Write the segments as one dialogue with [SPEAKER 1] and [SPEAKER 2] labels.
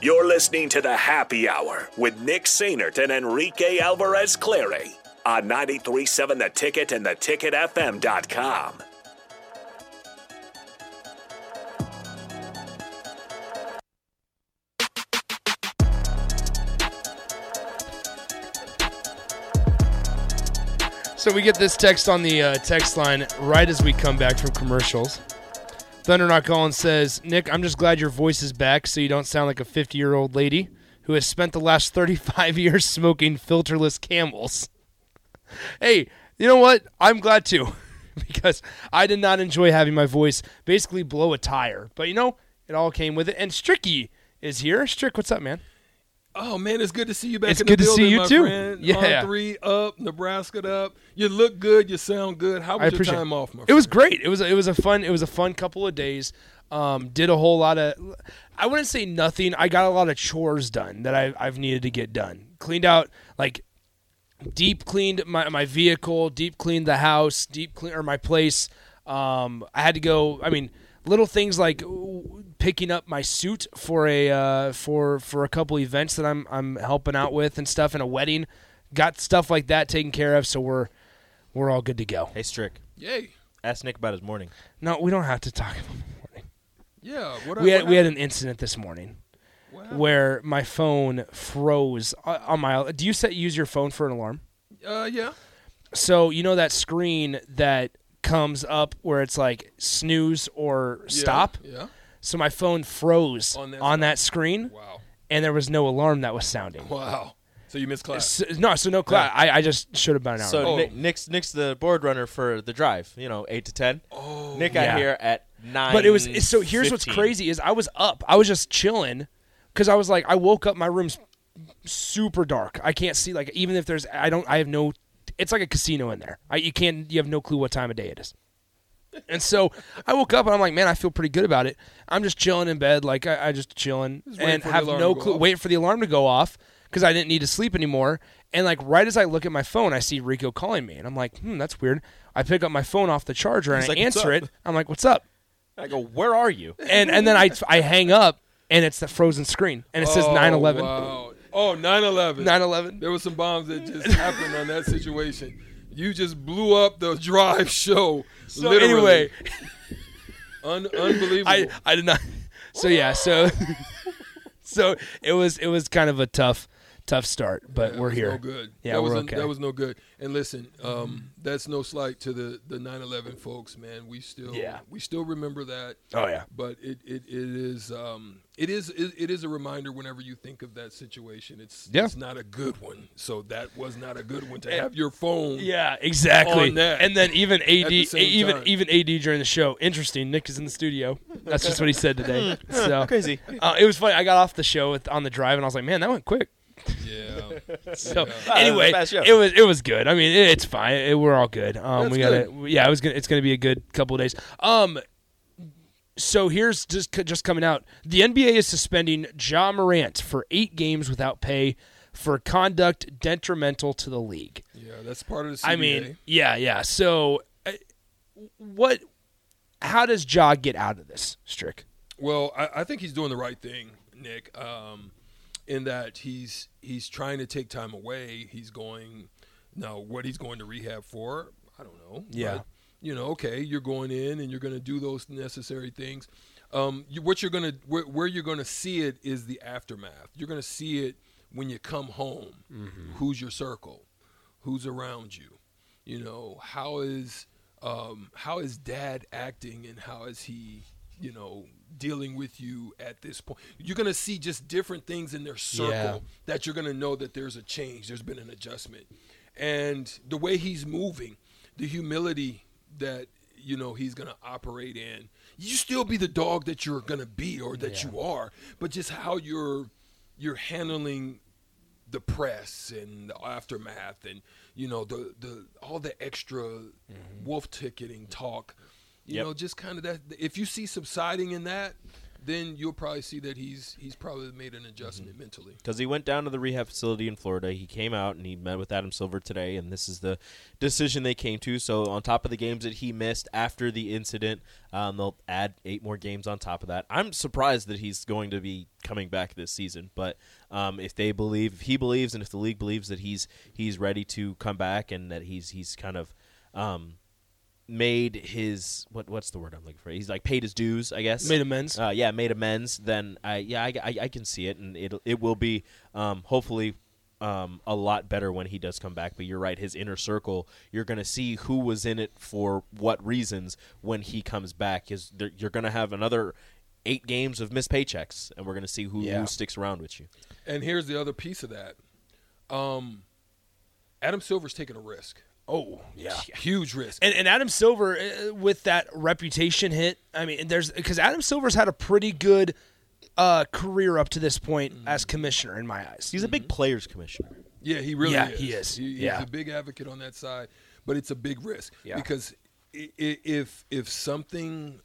[SPEAKER 1] You're listening to the Happy Hour with Nick Sainert and Enrique Alvarez Clary on 937 The Ticket and theticketfm.com.
[SPEAKER 2] So we get this text on the uh, text line right as we come back from commercials. Thunder Knock Collins says, Nick, I'm just glad your voice is back so you don't sound like a 50 year old lady who has spent the last 35 years smoking filterless camels. Hey, you know what? I'm glad too because I did not enjoy having my voice basically blow a tire. But you know, it all came with it. And Stricky is here. Strick, what's up, man?
[SPEAKER 3] Oh man, it's good to see you back.
[SPEAKER 2] It's
[SPEAKER 3] in
[SPEAKER 2] good
[SPEAKER 3] the
[SPEAKER 2] to see
[SPEAKER 3] building,
[SPEAKER 2] you
[SPEAKER 3] my
[SPEAKER 2] too.
[SPEAKER 3] Friend.
[SPEAKER 2] Yeah.
[SPEAKER 3] on three up, Nebraska up. You look good. You sound good. How was
[SPEAKER 2] I
[SPEAKER 3] your
[SPEAKER 2] appreciate
[SPEAKER 3] time off, my
[SPEAKER 2] It
[SPEAKER 3] friend?
[SPEAKER 2] was great. It was it was a fun it was a fun couple of days. Um, did a whole lot of I wouldn't say nothing. I got a lot of chores done that I I've needed to get done. Cleaned out like deep cleaned my, my vehicle, deep cleaned the house, deep clean or my place. Um, I had to go. I mean, little things like w- picking up my suit for a uh, for for a couple events that I'm I'm helping out with and stuff, and a wedding. Got stuff like that taken care of, so we're we're all good to go.
[SPEAKER 4] Hey, Strick,
[SPEAKER 3] Yay.
[SPEAKER 4] ask Nick about his morning.
[SPEAKER 2] No, we don't have to talk about the morning.
[SPEAKER 3] Yeah. What
[SPEAKER 2] We had
[SPEAKER 3] what
[SPEAKER 2] we had an incident this morning
[SPEAKER 3] what happened?
[SPEAKER 2] where my phone froze o- on my. Do you set use your phone for an alarm?
[SPEAKER 3] Uh, yeah.
[SPEAKER 2] So you know that screen that comes up where it's like snooze or
[SPEAKER 3] Yeah,
[SPEAKER 2] stop.
[SPEAKER 3] Yeah.
[SPEAKER 2] So my phone froze
[SPEAKER 3] On
[SPEAKER 2] on
[SPEAKER 3] that
[SPEAKER 2] that, screen,
[SPEAKER 3] Wow.
[SPEAKER 2] and there was no alarm that was sounding.
[SPEAKER 3] Wow. So you missed class.
[SPEAKER 2] So, no, so no class. I, I just should have been an hour.
[SPEAKER 4] So
[SPEAKER 3] Oh.
[SPEAKER 4] Nick, Nick's Nick's the board runner for the drive. You know, eight to ten.
[SPEAKER 3] Oh.
[SPEAKER 4] Nick got
[SPEAKER 2] Yeah.
[SPEAKER 4] here at nine.
[SPEAKER 2] But it was so. Here's what's
[SPEAKER 4] 15.
[SPEAKER 2] crazy is I was up. I was just chilling because I was like, I woke up. My room's super dark. I can't see. Like even if there's, I don't. I have no. It's like a casino in there. I, you can't. You have no clue what time of day it is. And so I woke up and I'm like, man, I feel pretty good about it. I'm just chilling in bed, like I, I just chilling
[SPEAKER 3] waiting
[SPEAKER 2] and
[SPEAKER 3] for the
[SPEAKER 2] have
[SPEAKER 3] alarm
[SPEAKER 2] no
[SPEAKER 3] to go
[SPEAKER 2] clue.
[SPEAKER 3] off.
[SPEAKER 2] Wait for the alarm to go off because I didn't need to sleep anymore. And like right as I look at my phone, I see Rico calling me, and I'm like, hmm, that's weird. I pick up my phone off the charger and
[SPEAKER 4] He's
[SPEAKER 2] I
[SPEAKER 4] like, "What's
[SPEAKER 2] answer
[SPEAKER 4] up?"
[SPEAKER 2] it. I'm like, what's up?
[SPEAKER 4] I go, where are you?
[SPEAKER 2] and and then I I hang up and it's the frozen screen and it says 9/11.
[SPEAKER 3] Oh, Wow. Oh, 9/11.
[SPEAKER 2] 9/11.
[SPEAKER 3] There were some bombs that just happened on that situation. You just blew up the drive show.
[SPEAKER 2] So anyway,
[SPEAKER 3] literally. Un- unbelievable.
[SPEAKER 2] I I did not So yeah, so so it was it was kind of a tough tough start, but
[SPEAKER 3] That
[SPEAKER 2] we're
[SPEAKER 3] was
[SPEAKER 2] here.
[SPEAKER 3] No good.
[SPEAKER 2] Yeah,
[SPEAKER 3] that was
[SPEAKER 2] we're
[SPEAKER 3] n-
[SPEAKER 2] okay.
[SPEAKER 3] that was no good. And listen, um, that's no slight to the the 9/11 folks, man. We still
[SPEAKER 2] Yeah.
[SPEAKER 3] we still remember that.
[SPEAKER 2] Oh, yeah.
[SPEAKER 3] But it it, it is um it is it, it is a reminder whenever you think of that situation. It's
[SPEAKER 2] Yeah.
[SPEAKER 3] it's not a good one. So that was not a good one to have your phone.
[SPEAKER 2] Yeah, exactly.
[SPEAKER 3] On that.
[SPEAKER 2] And then even AD
[SPEAKER 3] the same
[SPEAKER 2] even
[SPEAKER 3] time.
[SPEAKER 2] even AD during the show. Interesting. Nick is in the studio. That's just what he said today. So
[SPEAKER 4] Crazy.
[SPEAKER 2] Uh, it was funny. I got off the show with, on the drive and I was like, "Man, that went quick."
[SPEAKER 3] Yeah.
[SPEAKER 2] So
[SPEAKER 4] was
[SPEAKER 2] anyway,
[SPEAKER 4] a fast show.
[SPEAKER 2] it was it was good. I mean, it, it's fine. It- we're all good. Um,
[SPEAKER 3] That's
[SPEAKER 2] we got to yeah. It was gonna, it's going to be a good couple of days. Um, so here's just c- just coming out. The NBA is suspending Ja Morant for eight games without pay for conduct detrimental to the league.
[SPEAKER 3] yeah, that's part of the CBA.
[SPEAKER 2] I mean, yeah, yeah. So uh, what? How does Ja get out of this, Strick?
[SPEAKER 3] Well, I, I think he's doing the right thing, Nick. Um, in that he's he's trying to take time away. He's going now. What he's going to rehab for, I don't know.
[SPEAKER 2] Yeah.
[SPEAKER 3] But, you know, okay, you're going in and you're going to do those necessary things. Um, you, what you're going to where, where you're going to see it is the aftermath. You're going to see it when you come home. Who's your circle? Who's around you? You know, how is um, how is dad acting and how is he, you know, dealing with you at this point? You're gonna see just different things in their circle
[SPEAKER 2] Yeah.
[SPEAKER 3] that you're gonna know that there's a change, there's been an adjustment, and the way he's moving, the humility that you know he's gonna operate in. You still be the dog that you're gonna be or that you are, but just how you're you're handling the press and the aftermath and you know the the all the extra wolf ticketing talk you
[SPEAKER 4] Yep.
[SPEAKER 3] know just kind of that if you see subsiding in that then you'll probably see that he's he's probably made an adjustment mentally.
[SPEAKER 4] because he went down to the rehab facility in Florida. He came out and he met with Adam Silver today, and this is the decision they came to. So on top of the games that he missed after the incident, um, they'll add eight more games on top of that. I'm surprised that he's going to be coming back this season, but um, if they believe, if he believes, and if the league believes that he's he's ready to come back and that he's he's kind of um, made his what what's the word I'm looking for? He's like paid his dues, I guess.
[SPEAKER 2] Made amends.
[SPEAKER 4] Uh, yeah, made amends. Then I yeah I, I, I can see it, and it it will be um, hopefully. Um, a lot better when he does come back, but you're right. His inner circle, you're going to see who was in it for what reasons when he comes back. Is there, you're going to have another eight games of missed paychecks, and we're going to see who,
[SPEAKER 2] Yeah.
[SPEAKER 4] who sticks around with you.
[SPEAKER 3] And here's the other piece of that. Um, Adam Silver's taking a risk.
[SPEAKER 2] Oh, yeah.
[SPEAKER 3] Huge risk.
[SPEAKER 2] And, and Adam Silver uh, with that reputation hit. I mean, there's because Adam Silver's had a pretty good uh, career up to this point
[SPEAKER 3] Mm-hmm.
[SPEAKER 2] as commissioner in my eyes.
[SPEAKER 4] He's a big players commissioner.
[SPEAKER 3] yeah, he really
[SPEAKER 2] Yeah,
[SPEAKER 3] is.
[SPEAKER 2] he is.
[SPEAKER 3] he's
[SPEAKER 2] Yeah.
[SPEAKER 3] a big advocate on that side, but it's a big risk
[SPEAKER 2] Yeah.
[SPEAKER 3] because i- i- if if something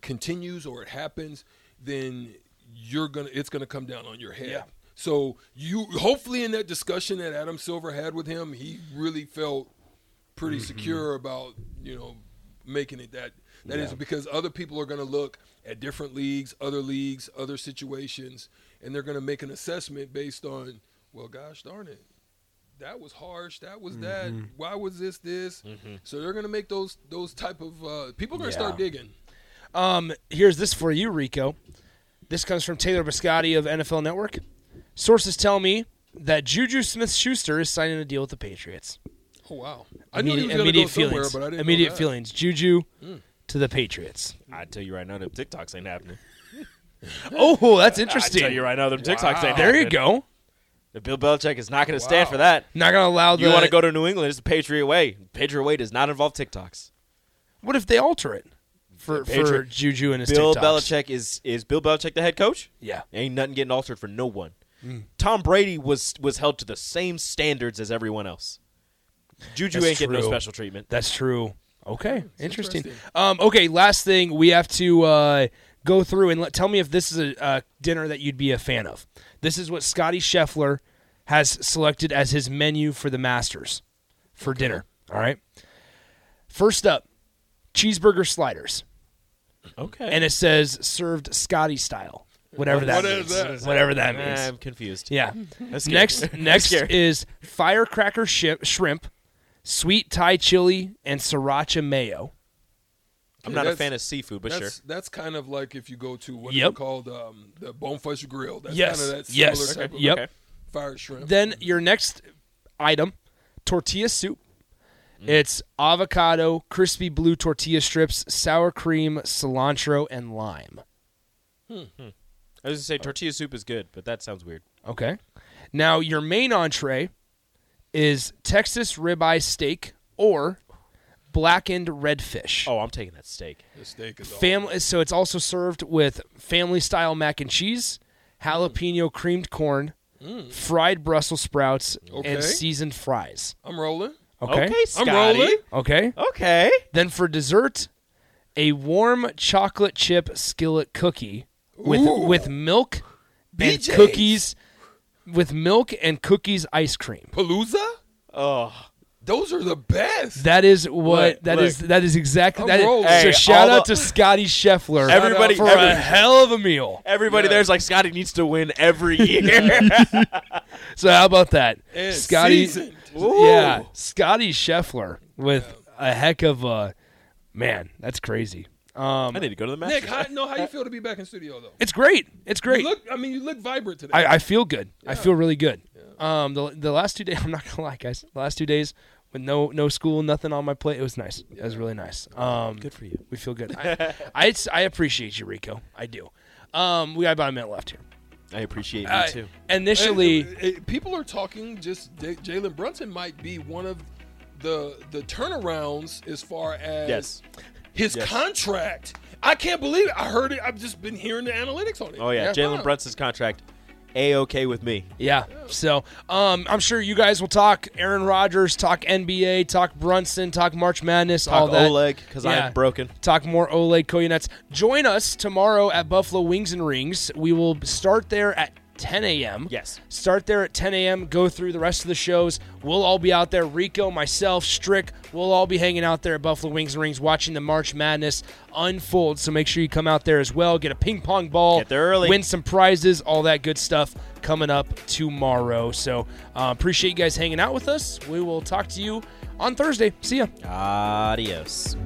[SPEAKER 3] continues or it happens, then you're gonna it's gonna come down on your head.
[SPEAKER 2] Yeah.
[SPEAKER 3] So you hopefully in that discussion that Adam Silver had with him, he really felt pretty
[SPEAKER 2] Mm-hmm.
[SPEAKER 3] secure about you know making it that that is because other people are going to look at different leagues, other leagues, other situations, and they're going to make an assessment based on well, gosh darn it, that was harsh, that was that, why was this this?
[SPEAKER 2] Mm-hmm.
[SPEAKER 3] So they're going to make those those type of uh, people are going to start digging.
[SPEAKER 2] Um, here's this for you, Rico. This comes from Taylor Biscotti of NFL Network. Sources tell me that Juju Smith-Schuster is signing a deal with the Patriots.
[SPEAKER 3] Oh wow, I knew he was going to go
[SPEAKER 2] immediate
[SPEAKER 3] somewhere,
[SPEAKER 2] feelings.
[SPEAKER 3] but I didn't know
[SPEAKER 2] immediate
[SPEAKER 3] that. Hmm.
[SPEAKER 2] feelings. Juju to the Patriots.
[SPEAKER 4] I tell you right now, them TikToks ain't happening.
[SPEAKER 2] Oh, that's
[SPEAKER 4] I tell
[SPEAKER 2] interesting.
[SPEAKER 4] you right now, them TikToks
[SPEAKER 3] Ah,
[SPEAKER 4] ain't
[SPEAKER 2] There you
[SPEAKER 4] happening.
[SPEAKER 2] go.
[SPEAKER 4] Bill Belichick is not going to stand
[SPEAKER 3] Wow.
[SPEAKER 4] for that.
[SPEAKER 2] Not gonna allow the.
[SPEAKER 4] You want to go to New England? It's the Patriot way. Patriot way does not involve TikToks.
[SPEAKER 2] What if they alter it for for
[SPEAKER 4] Patriot-
[SPEAKER 2] Juju and his
[SPEAKER 4] Bill
[SPEAKER 2] TikToks?
[SPEAKER 4] Belichick is is Bill Belichick the head coach?
[SPEAKER 2] Yeah. Mm.
[SPEAKER 4] Ain't nothing getting altered for no one. Tom Brady was was held to the same standards as everyone else. Juju
[SPEAKER 2] That's
[SPEAKER 4] ain't getting no
[SPEAKER 2] true.
[SPEAKER 4] special treatment.
[SPEAKER 2] That's true. Okay, interesting.
[SPEAKER 3] interesting.
[SPEAKER 2] Um, okay, last thing we have to uh, go through and let, tell me if this is a uh, dinner that you'd be a fan of. This is what Scotty Scheffler has selected as his menu for the Masters for dinner. All right. First up, cheeseburger sliders,
[SPEAKER 4] Okay.
[SPEAKER 2] and it says served Scotty style, whatever that
[SPEAKER 3] What is
[SPEAKER 2] means.
[SPEAKER 3] that?
[SPEAKER 2] Whatever that means.
[SPEAKER 4] I'm confused.
[SPEAKER 2] Yeah.
[SPEAKER 4] That's scary.
[SPEAKER 2] next
[SPEAKER 4] That's
[SPEAKER 2] next
[SPEAKER 4] scary.
[SPEAKER 2] is firecracker shi- shrimp, sweet Thai chili, and sriracha mayo.
[SPEAKER 4] I'm not a
[SPEAKER 3] That's-
[SPEAKER 4] fan of seafood, but sure.
[SPEAKER 3] That's that's kind of like if you go to what's
[SPEAKER 2] Yep.
[SPEAKER 3] it called um, the Bonefish Grill. That's
[SPEAKER 2] Yes.
[SPEAKER 3] kind of that similar
[SPEAKER 2] Yes.
[SPEAKER 3] type
[SPEAKER 2] Okay.
[SPEAKER 3] of
[SPEAKER 2] Yep.
[SPEAKER 4] Okay.
[SPEAKER 3] fire shrimp.
[SPEAKER 2] Then your next item, tortilla soup.
[SPEAKER 3] Mm.
[SPEAKER 2] It's avocado, crispy blue tortilla strips, sour cream, cilantro, and lime.
[SPEAKER 4] I was gonna say tortilla soup is good, but that sounds weird.
[SPEAKER 2] Okay. Now your main entree is Texas ribeye steak or blackened redfish.
[SPEAKER 4] Oh, I'm taking that steak.
[SPEAKER 3] the steak is all-
[SPEAKER 2] Family, so it's also served with family style mac and cheese, jalapeno creamed corn, fried Brussels sprouts,
[SPEAKER 3] Okay.
[SPEAKER 2] and seasoned fries.
[SPEAKER 3] I'm rolling.
[SPEAKER 2] Okay.
[SPEAKER 4] Scotty.
[SPEAKER 3] rolling.
[SPEAKER 2] Okay.
[SPEAKER 4] Okay.
[SPEAKER 2] Then for dessert, a warm chocolate chip skillet cookie with
[SPEAKER 3] Ooh.
[SPEAKER 2] with milk and
[SPEAKER 3] BJ's.
[SPEAKER 2] cookies, with milk and cookies ice cream.
[SPEAKER 3] Palooza?
[SPEAKER 4] Oh.
[SPEAKER 3] Those are the best.
[SPEAKER 2] That is what
[SPEAKER 4] Look,
[SPEAKER 2] that is. That is exactly.
[SPEAKER 3] I'm
[SPEAKER 2] that is-
[SPEAKER 3] rolling.
[SPEAKER 2] so
[SPEAKER 4] Hey,
[SPEAKER 2] shout
[SPEAKER 4] all
[SPEAKER 2] out
[SPEAKER 4] the-
[SPEAKER 2] to Scotty Scheffler.
[SPEAKER 4] Everybody-
[SPEAKER 2] for
[SPEAKER 4] every-
[SPEAKER 2] a hell of a meal.
[SPEAKER 4] Everybody
[SPEAKER 3] Yeah.
[SPEAKER 4] there's like Scotty needs to win every year.
[SPEAKER 2] So how about that,
[SPEAKER 3] And
[SPEAKER 2] Scotty?
[SPEAKER 3] seasoned.
[SPEAKER 2] Yeah, Scotty Scheffler with a heck of a man. That's crazy. Um,
[SPEAKER 4] I need to go to the match.
[SPEAKER 3] Nick, how, no, how you feel to be back in studio though?
[SPEAKER 2] It's great. It's great.
[SPEAKER 3] You look, I mean, you look vibrant today.
[SPEAKER 2] I, I feel good. I feel really good. Um, the the last two days, I'm not gonna lie, guys. The last two days with no no school, nothing on my plate, it was nice. It was really nice. Um,
[SPEAKER 4] Good for you.
[SPEAKER 2] We feel good. I, I s- I appreciate you, Rico. I do. Um, we got about a minute left here.
[SPEAKER 4] I appreciate you
[SPEAKER 2] I-
[SPEAKER 4] too.
[SPEAKER 2] Initially,
[SPEAKER 3] Hey, hey, people are talking. Just J- Jalen Brunson might be one of the the turnarounds as far as
[SPEAKER 4] Yes.
[SPEAKER 3] his
[SPEAKER 4] Yes.
[SPEAKER 3] contract. I can't believe it. I heard it. I've just been hearing the analytics on it.
[SPEAKER 4] Oh yeah,
[SPEAKER 2] Yeah.
[SPEAKER 4] Jalen
[SPEAKER 3] Wow.
[SPEAKER 4] Brunson's contract a okay with me.
[SPEAKER 2] Yeah. So um, I'm sure you guys will talk Aaron Rodgers, talk NBA, talk Brunson, talk March Madness, all
[SPEAKER 4] Talk
[SPEAKER 2] that.
[SPEAKER 4] Oleg because
[SPEAKER 2] Yeah.
[SPEAKER 4] I'm broken.
[SPEAKER 2] Talk more Oleg Koyanets. Join us tomorrow at Buffalo Wings and Rings. We will start there at 10 a.m.
[SPEAKER 4] Yes.
[SPEAKER 2] Start there at 10 a.m. Go through the rest of the shows. We'll all be out there. Rico, myself, Strick, we'll all be hanging out there at Buffalo Wings and Rings watching the March Madness unfold. So make sure you come out there as well. Get a ping pong ball.
[SPEAKER 4] Get there early.
[SPEAKER 2] Win some prizes. All that good stuff coming up tomorrow. So uh, appreciate you guys hanging out with us. We will talk to you on Thursday. See ya.
[SPEAKER 4] Adios.